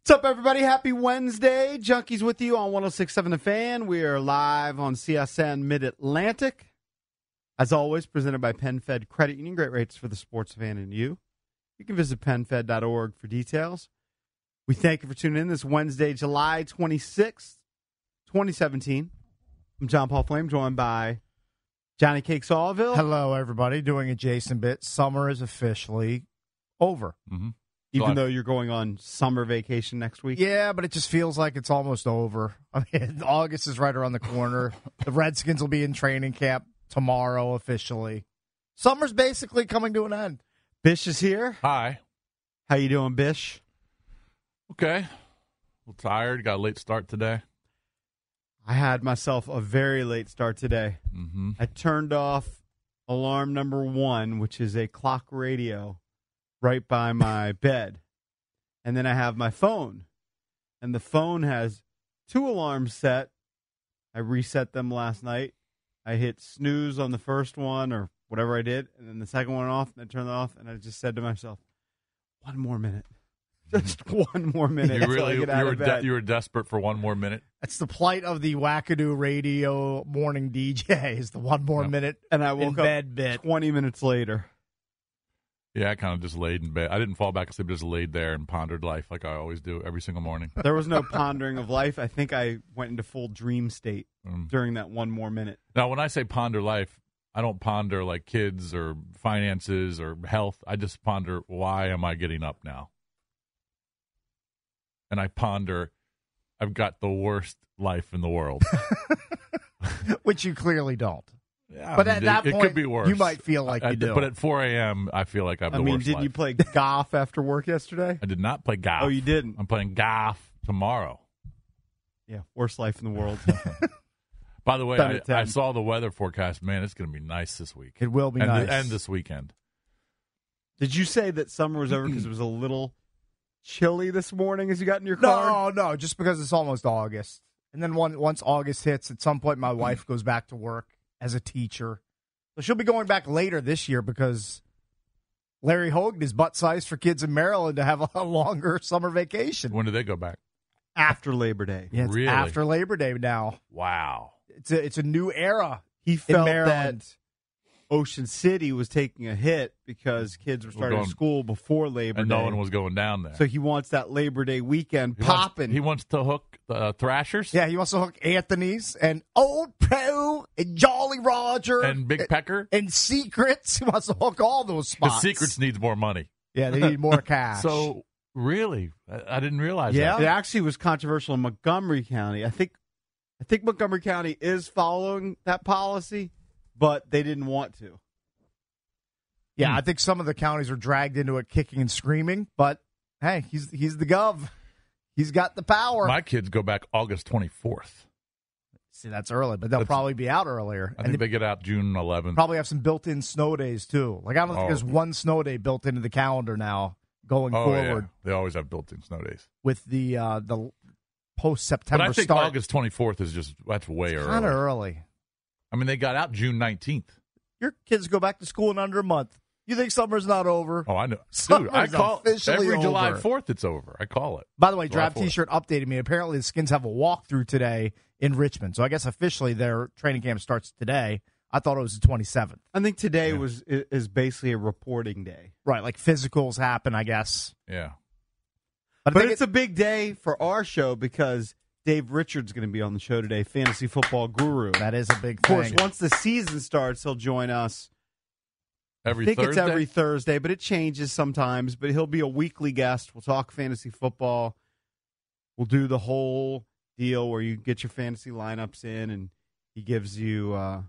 What's up, everybody? Happy Wednesday. Junkies with you on 1067 The Fan. We are live on CSN Mid Atlantic. As always, presented by PenFed Credit Union. Great rates for the sports fan and you. You can visit penfed.org for details. We thank you for tuning in this Wednesday, July 26th, 2017. I'm John Paul Flame, joined by Johnny Cake Sawville. Hello, everybody. Doing a Jason bit. Summer is officially over. Even July. though you're going on summer vacation next week. Yeah, but it just feels like it's almost over. I mean, August is right around the corner. the Redskins will be in training camp tomorrow officially. Summer's basically coming to an end. Bish is here. Hi. How you doing, Bish? Okay. A little tired. Got a late start today. I had myself a very late start today. Mm-hmm. I turned off alarm number one, which is a clock radio right by my bed. And then I have my phone. And the phone has two alarms set. I reset them last night. I hit snooze on the first one or whatever I did. And then the second one went off. And I turned it off. And I just said to myself, one more minute. Just one more minute. Mm-hmm. You until I really you get out were, of de- bed. you were desperate for one more minute. That's the plight of the wackadoo radio morning DJ is the one more Yep. minute and I in woke up bed bit. 20 minutes later. Yeah, I kind of just laid in bed. I didn't fall back asleep. Just laid there and pondered life like I always do every single morning. There was no pondering of life. I think I went into full dream state Mm. during that one more minute. Now, when I say ponder life, I don't ponder like kids or finances or health. I just ponder why am I getting up now? And I ponder, I've got the worst life in the world. Which you clearly don't. Yeah, But I mean, at that it, point, it could be worse. you might feel like I- you do. But at 4 a.m., I feel like I have I the mean, worst did life. you play golf after work yesterday? I did not play golf. Oh, you didn't. I'm playing golf tomorrow. Yeah, worst life in the world. By the way, Done I, at 10. I saw the weather forecast. Man, it's going to be nice this week. It will be and, nice. the, and this weekend. did you say that summer was over because it was a little chilly this morning as you got in your car? No, no, just because it's almost August. And then one, once August hits, at some point, my wife goes back to work as a teacher. So she'll be going back later this year because Larry Hogan is butt sized for kids in Maryland to have a, longer summer vacation. When do they go back? After Labor Day. Yeah, it's Really? after Labor Day now. Wow. It's a, it's a new era. He In felt Maryland. that Ocean City was taking a hit because kids were We're starting going- school before Labor and Day. no one was going down there. so he wants that Labor Day weekend He wants- popping. He wants to hook the uh, Thrashers Yeah, he wants to hook Anthony's and Old Pro and Jolly Roger and Big Pecker. and Secrets. He wants to hook all those The spots. Secrets needs more money. Yeah, they need more cash. So, really? I, I didn't realize Yeah. that. It actually was controversial in Montgomery County. I think I think Montgomery County is following that policy, but they didn't want to. Yeah, Hmm. I think some of the counties were dragged into it kicking and screaming, but hey, he's he's the gov. He's got the power. My kids go back August 24th. See, that's early, but they'll That's- probably be out earlier. I and think they they get out June 11th. probably have some built in snow days too. Like I don't think Oh. there's one snow day built into the calendar now going oh, yeah. forward They always have built in snow days. with the uh the post But September I think start. August 24th is just, that's way kind of early. early. I mean, they got out June 19th. Your kids go back to school in under a month. You think summer's not over? Oh, I know. Dude, Summer's I call officially every July over. 4th it's over. I call it. By the way, July Drive 4th. T-shirt updated me. Apparently, the Skins have a walkthrough today in Richmond, so I guess officially their training camp starts today. I thought it was the 27th. I think today Yeah. was i- is basically a reporting day. Right, like physicals happen, I guess. Yeah. But, I But think it's a big day for our show because Dave Richards going to be on the show today, fantasy football guru. it- that is a big of course, thing. once the season starts, he'll join us. Every I think Thursday. it's every Thursday, but it changes sometimes. But he'll be a weekly guest. We'll talk fantasy football. We'll do the whole deal where you get your fantasy lineups in, and he gives you uh,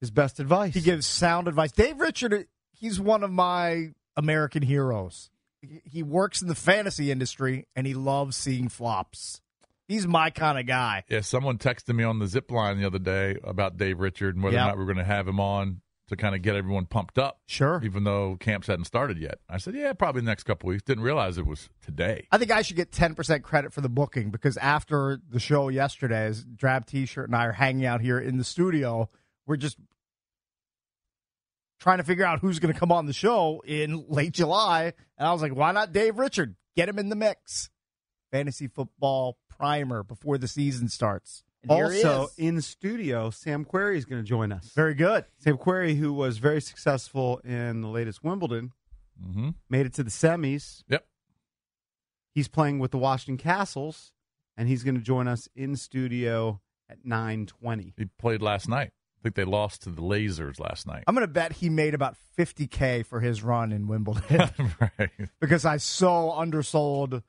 his best advice. he gives sound advice. Dave Richard, he's one of my American heroes. He- He works in the fantasy industry and he loves seeing flops. He's my kind of guy. yeah, someone texted me on the zip line the other day about Dave Richard and whether Yeah. or not we were going to have him on to kind of get everyone pumped up, Sure. even though camps hadn't started yet. I said, yeah, probably the next couple weeks. Didn't realize it was today. I think I should get 10% credit for the booking because after the show yesterday, as Drab T shirt and I are hanging out here in the studio, we're just trying to figure out who's going to come on the show in late July. And I was like, why not Dave Richard? Get him in the mix. Fantasy football primer before the season starts. And here he Also is. in studio, Sam Querrey is going to join us. Very good. Sam Querrey, who was very successful in the latest Wimbledon, Mm-hmm. made it to the semis. Yep. He's playing with the Washington Castles, and he's going to join us in studio at nine twenty. He played last night. I think they lost to the Lasers last night. I'm going to bet he made about 50K for his run in Wimbledon right. because I so undersold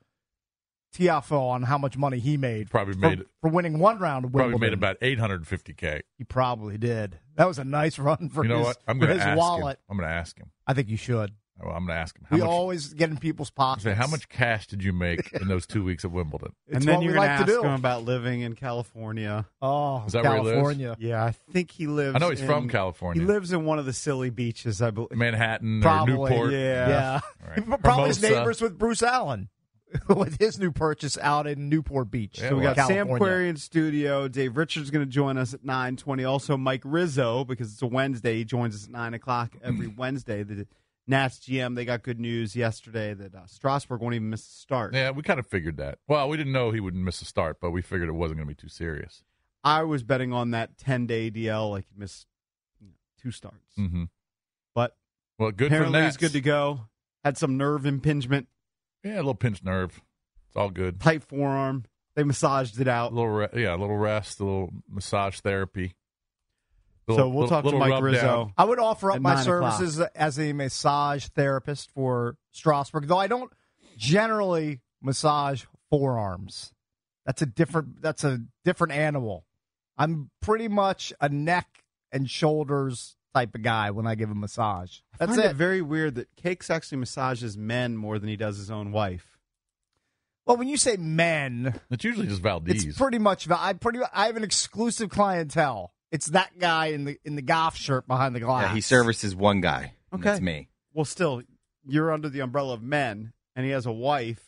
Tiafo on how much money he made Probably for, made for winning one round of probably Wimbledon. made about 850k. He probably did. That was a nice run for You know his, what? I'm for going his to ask wallet. him. I'm going to ask him. I think you should. Well, I'm going to ask him. How we much, always get in people's I pockets. say, how much cash did you make in those two weeks at Wimbledon? It's and then what you're we gonna like ask to do. him about living in California. oh, Is that where he lives? California. Yeah, I think he lives. I know he's from in- California. He lives in one of the silly beaches, I believe. Manhattan Probably, or Newport. yeah. Yeah. All right. He Probably his Hermosa. neighbors with Bruce Allen with his new purchase out in Newport Beach. Yeah, So we got Sam California. Querrey in studio. Dave Richards going to join us at nine twenty. Also, Mike Rizzo because it's a Wednesday. He joins us at nine o'clock every Wednesday. The Nats GM they got good news yesterday that uh, Strasburg won't even miss the start. Yeah, we kind of figured that. Well, we didn't know he wouldn't miss a start, but we figured it wasn't going to be too serious. I was betting on that ten day DL like he missed you know, two starts, Mm-hmm. but Well, good apparently for he's Nats. good to go. Had some nerve impingement, Yeah, a little pinched nerve. It's all good. tight forearm. They massaged it A out. little, re- yeah, a little rest, a little massage therapy. so we'll talk to little Mike rub Rizzo. down. I would offer up At my nine o'clock. services as a massage therapist for Strasbourg, though I don't generally massage forearms. That's a different that's a different animal. I'm pretty much a neck and shoulders type of guy when I give a massage. I That's find it. Very weird that Cakes actually massages men more than he does his own wife. well, when you say men, It's usually just Valdez. It's pretty much. I pretty. I have an exclusive clientele. It's that guy in the in the golf shirt behind the glass. Yeah, he services one guy. and Okay. That's me. Well, still, you're under the umbrella of men, and he has a wife,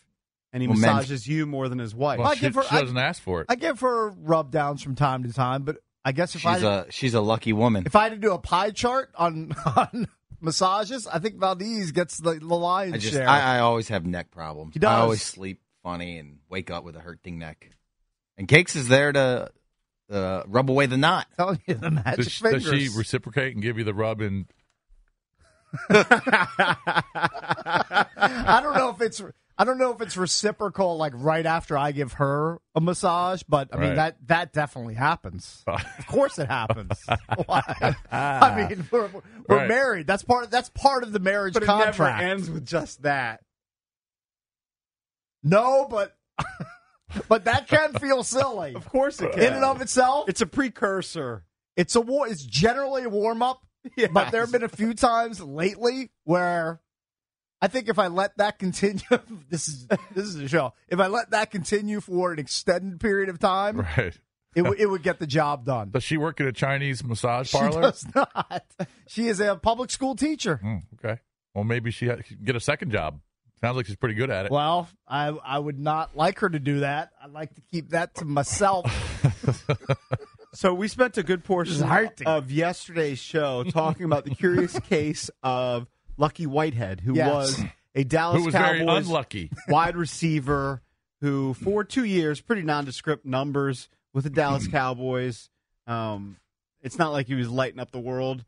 and he Well, men- massages you more than his wife. well, I she, give her- she I- doesn't ask for it. I give her rub downs from time to time, but I guess if She's I a she's a lucky woman. if I had to do a pie chart on on massages, I think Valdez gets the, the lion's I just share. I, I always have neck problems. He does. I always sleep funny and wake up with a hurting neck. And Cakes is there to uh, rub away the knot. telling you the magic Does, fingers. does she reciprocate and give you the rub? And I don't know if it's I don't know if it's reciprocal. Like right after I give her a massage, but I mean Right. that that definitely happens. Of course, it happens. Why? I mean, we're, we're Right. married. That's part. Of, that's part of the marriage but it contract. never ends with just that. No, but but that can feel silly Of course Uh, it can. in and of itself. it's a precursor. It's a war. It's generally a warm up, but there have been a few times lately where I think if I let that continue, this is this is a show. If I let that continue for an extended period of time, right? it would it would get the job done. Does she work at a Chinese massage She parlor? does not. She is a public school teacher. Hmm, okay. Well, maybe she ha- she can get a second job. Sounds like she's pretty good at it. Well, I I would not like her to do that. I'd like to keep that to myself. So we spent a good portion Zarty. of yesterday's show talking about the curious case of Lucky Whitehead, who Yes. was a Dallas Who was very Cowboys unlucky? wide receiver who, for two years, pretty nondescript numbers with the Dallas Cowboys. Um, it's not like he was lighting up the world,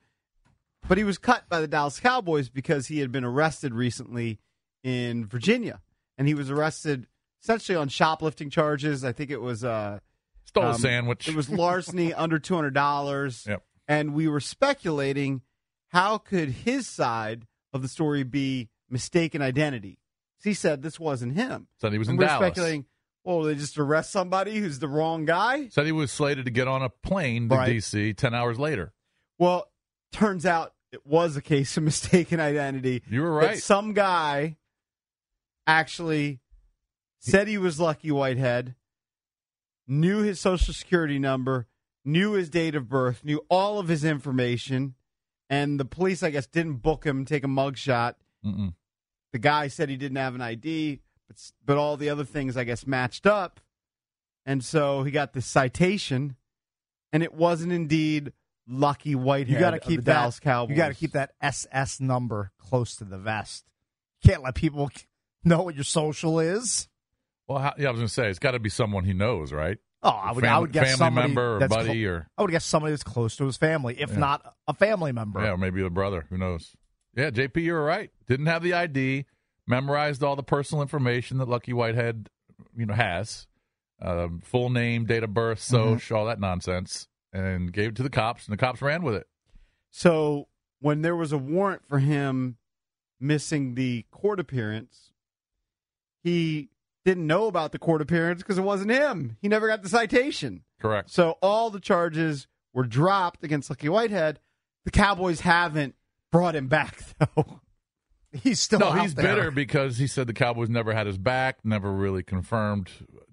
but he was cut by the Dallas Cowboys because he had been arrested recently in Virginia, and he was arrested essentially on shoplifting charges. I think it was uh, Stole a um, sandwich. it was larceny under two hundred dollars, Yep. and we were speculating how could his side of the story be mistaken identity. 'Cause He said this wasn't him. Said he was And in we're Dallas. speculating. Well, they just arrest somebody who's the wrong guy. Said he was slated to get on a plane to Right. D.C. ten hours later. Well, turns out it was a case of mistaken identity. You were that right. some guy actually said he was Lucky Whitehead, knew his social security number, knew his date of birth, knew all of his information, and the police, I guess, didn't book him, take a mugshot. Mm-mm. The guy said he didn't have an ID, but s- but all the other things, I guess, matched up, and so he got this citation, and it wasn't indeed Lucky Whitehead. You got to of keep the Dallas that, Cowboys. You got to keep that SS number close to the vest. Can't let people know what your social is. Well, how, yeah, I was going to say it's got to be someone he knows, right? Oh, I would, I Fam- would guess family somebody member or that's buddy clo- or I would guess somebody that's close to his family, if Yeah. not a family member. yeah, or maybe a brother. Who knows? Yeah, JP, you're right. Didn't have the ID, memorized all the personal information that Lucky Whitehead, you know, has. Um, full name, date of birth, soch, all that nonsense, and gave it to the cops, and the cops ran with it. So when there was a warrant for him missing the court appearance, he didn't know about the court appearance because it wasn't him. He never got the citation. Correct. So all the charges were dropped against Lucky Whitehead. The Cowboys haven't brought him back though. He's still No, out he's there. bitter because he said the Cowboys never had his back, never really confirmed,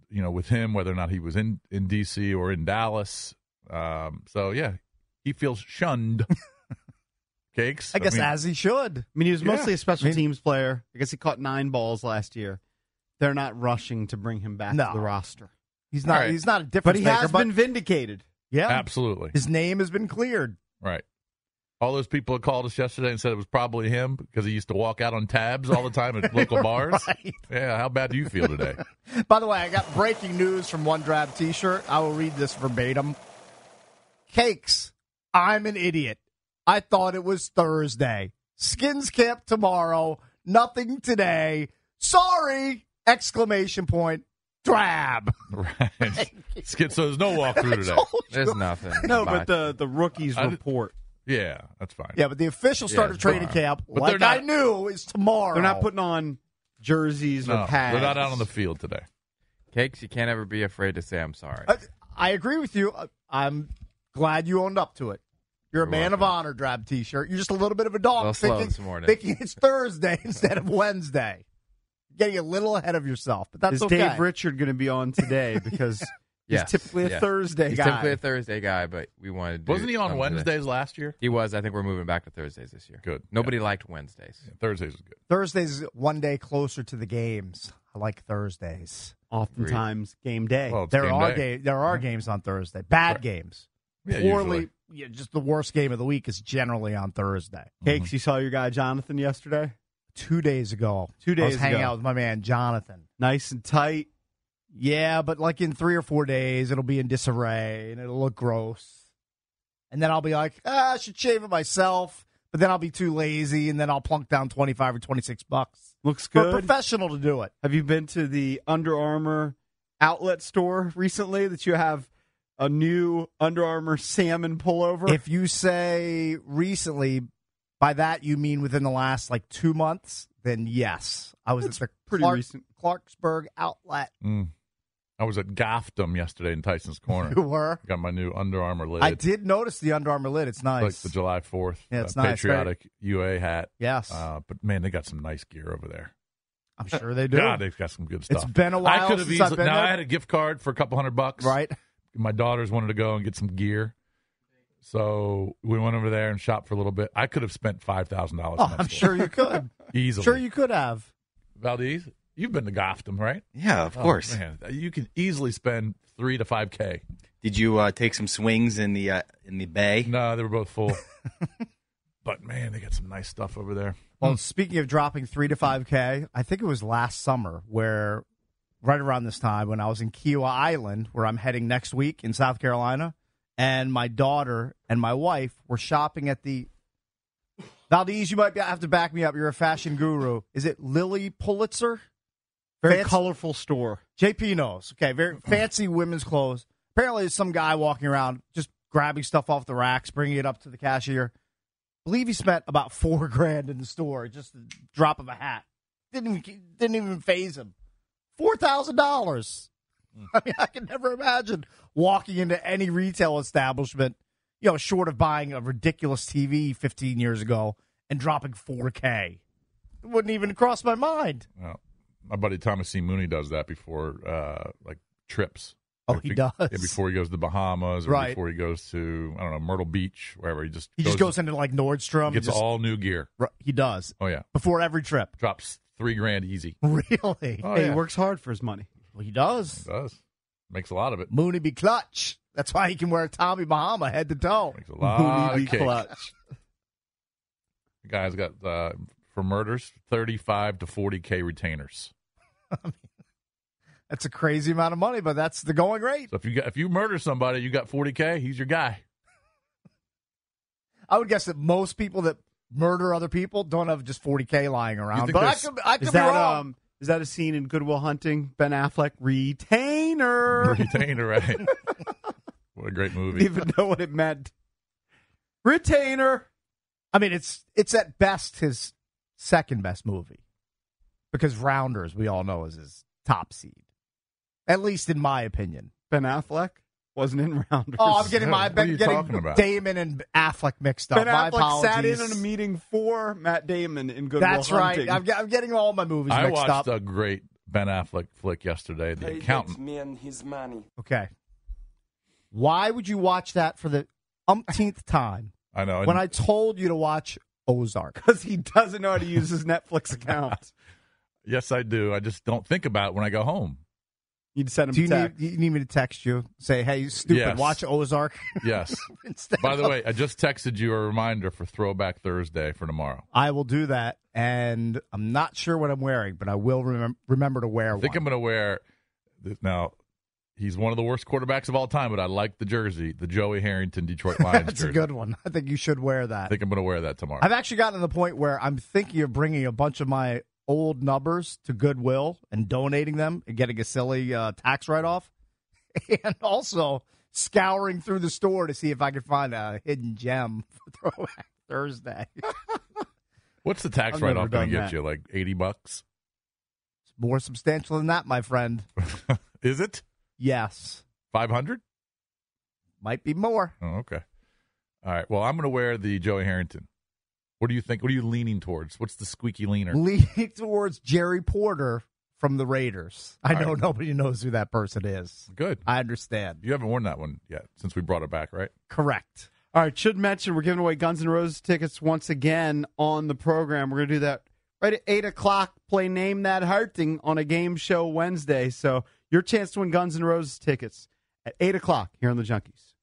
you know, with him whether or not he was in in D.C. or in Dallas. Um, so yeah, he feels shunned. Cakes. I guess mean, as he should. I mean, he was Yeah. mostly a special I mean- teams player. I guess he caught nine balls last year. They're not rushing to bring him back to No. the roster, He's not. All right. He's not a but difference he maker. has but been vindicated. yeah, absolutely his name has been cleared. right. All those people that called us yesterday and said it was probably him because he used to walk out on tabs all the time at local bars. Right. Yeah, how bad do you feel today? By the way, I got breaking news from One Drab T-shirt. I will read this verbatim. Cakes, I'm an idiot. I thought it was Thursday. Skins camp tomorrow. Nothing today. Sorry! Exclamation point. Drab. right. Skid, so there's no walkthrough today. There's nothing. No, Bye. but the the rookies I- report. Yeah, that's fine. Yeah, but the official start Yeah, of training tomorrow. camp, But like they're not- I knew, is tomorrow. They're not putting on jerseys No, or hats. they're not out on the field today. Cakes, you can't ever be afraid to say I'm sorry. Uh, I, I agree with you. I- I'm glad you owned up to it. You're a man of honor, drab T-shirt. You're just a little bit of a dog, Little slow thinking, this morning. thinking it's Thursday instead of Wednesday. Getting a little ahead of yourself, but that's Is okay. Dave Richard going to be on today? Because Yes, he's typically a yeah. Thursday He's guy. typically a Thursday guy, but we wanted. to do Wasn't he on something Wednesdays today. last year? He was. I think we're moving back to Thursdays this year. Good. Nobody liked Wednesdays. Thursdays is good. Thursday's one day closer to the games. I like Thursdays. Oftentimes, game day. Well, it's There game are day. ga- there are games on Thursday. Bad Right. games. Yeah, Poorly, usually. yeah, just the worst game of the week is generally on Thursday. mm-hmm. Cakes, you saw your guy Jonathan yesterday. Two days ago, Two I was days hanging ago. out with my man Jonathan. Nice and tight. Yeah, but like in three or four days, it'll be in disarray and it'll look gross. And then I'll be like, ah, I should shave it myself. But then I'll be too lazy and then I'll plunk down 25 or 26 bucks Looks for a good. professional to do it. have you been to the Under Armour outlet store recently that you have a new Under Armour salmon pullover? If you say recently, by that you mean within the last like two months, then yes. I was That's at the pretty Clark- recent. Clarksburg outlet. Mm. I was at Gotham yesterday in Tyson's Corner. You were. Got my new Under Armour lid. I did notice the Under Armour lid. It's It's nice. Like the July 4th Yeah, it's uh, nice, patriotic UA hat. yes. Uh, but man, they got some nice gear over there. I'm sure they do. God, they've got some good stuff. It's been a while I could have since I've easily. been Now there. I had a gift card for a couple hundred bucks. right? My daughters wanted to go and get some gear, so we went over there and shopped for a little bit. I could have spent five thousand Oh, dollars. I'm sure you could. easily. sure you could have. Valdez, you've been to Gotham, right? Yeah, of course. Oh, man, you can easily spend three to five k. Did you uh, take some swings in the uh, in the bay? No, they were both full. but man, they got some nice stuff over there. Well, speaking of dropping three to five k, I think it was last summer where, right around this time, when I was in Kiowa Island, where I'm heading next week in South Carolina, and my daughter and my wife were shopping at the. Valdez, you might be, have to back me up. You're a fashion guru. Is it Lily Pulitzer? Very Fancy- colorful store. JP knows. Okay, very fancy women's clothes. Apparently, there's some guy walking around just grabbing stuff off the racks, bringing it up to the cashier. believe he spent about four grand in the store, just the drop of a hat. Didn't even, didn't even phase him. Four thousand dollars. I mean, I can never imagine walking into any retail establishment, you know, short of buying a ridiculous TV 15 years ago and dropping 4K. It wouldn't even cross my mind. Well, my buddy Thomas C. Mooney does that before uh, like trips. Oh, Like, he be- does. yeah, before he goes to the Bahamas or Right. before he goes to I don't know Myrtle Beach, wherever he just He just goes into like Nordstrom. gets just- all new gear. Ru- He does Oh yeah, before every trip. drops three grand easy. Really? Oh hey, yeah, He works hard for his money. Well, he does. does makes a lot of it. Mooney be clutch. That's why he can wear a Tommy Bahama head to toe. Makes a lot Mooney of cake. clutch. The guy's got uh, for murders, 35 to 40K retainers. That's a crazy amount of money, but that's the going rate. So if you got, if you murder somebody, you got 40K, he's your guy. I would guess that most people that murder other people don't have just 40k lying around. think But I there's- could, I could Is be that wrong. um? Is that a scene in Goodwill Hunting? Ben Affleck retainer. Retainer, right? what a great Didn't movie. even know what it meant. Retainer. I mean, it's it's at best his second best movie because Rounders, we all know, is his top seed, at least in my opinion. Ben Affleck wasn't in Rounders. Oh, I'm getting my What are you I'm getting talking about? Damon and Affleck mixed up. Ben my Affleck sat in on apologies. a meeting for Matt Damon in Goodwill That's Hunting. right. I'm, get- I'm getting all my movies I mixed up. watched a great Ben Affleck flick yesterday, The Pay Accountant. me and his money. Okay. Why would you watch that for the umpteenth time I know. when I told you to watch Ozark? because he doesn't know how to use his Netflix account. yes, I do. I just don't think about it when I go home. You'd send him Do you a text. need, you need me to text you? Say, hey, you stupid, Yes. watch Ozark Yes. instead. By the of- way, I just texted you a reminder for Throwback Thursday for tomorrow. I will do that, and I'm not sure what I'm wearing, but I will remem- remember to wear I think I'm one. going to wear. th- Now, he's one of the worst quarterbacks of all time, but I like the jersey, the Joey Harrington Detroit Lions That's jersey. a good one. I think you should wear that. I think I'm going to wear that tomorrow. I've actually gotten to the point where I'm thinking of bringing a bunch of my old numbers to Goodwill and donating them and getting a silly uh, tax write off. And also scouring through the store to see if I can find a hidden gem for Throwback Thursday. What's the tax I've write never off going done to get that. you? Like 80 bucks? More substantial than that, my friend. Is it? Yes. 500? Might be more. Oh, okay. All right. Well, I'm going to wear the Joey Harrington. What do you think? What are you leaning towards? What's the squeaky leaner? Leaning towards Jerry Porter from the Raiders. I All know right. nobody knows who that person is. Good. I understand. You haven't worn that one yet since we brought it back, right? Correct. All right, should mention we're giving away Guns N' Roses tickets once again on the program. We're going to do that right at 8 o'clock. Play Name That Hurting on a game show Wednesday. So your chance to win Guns N' Roses tickets at 8 o'clock here on The Junkies.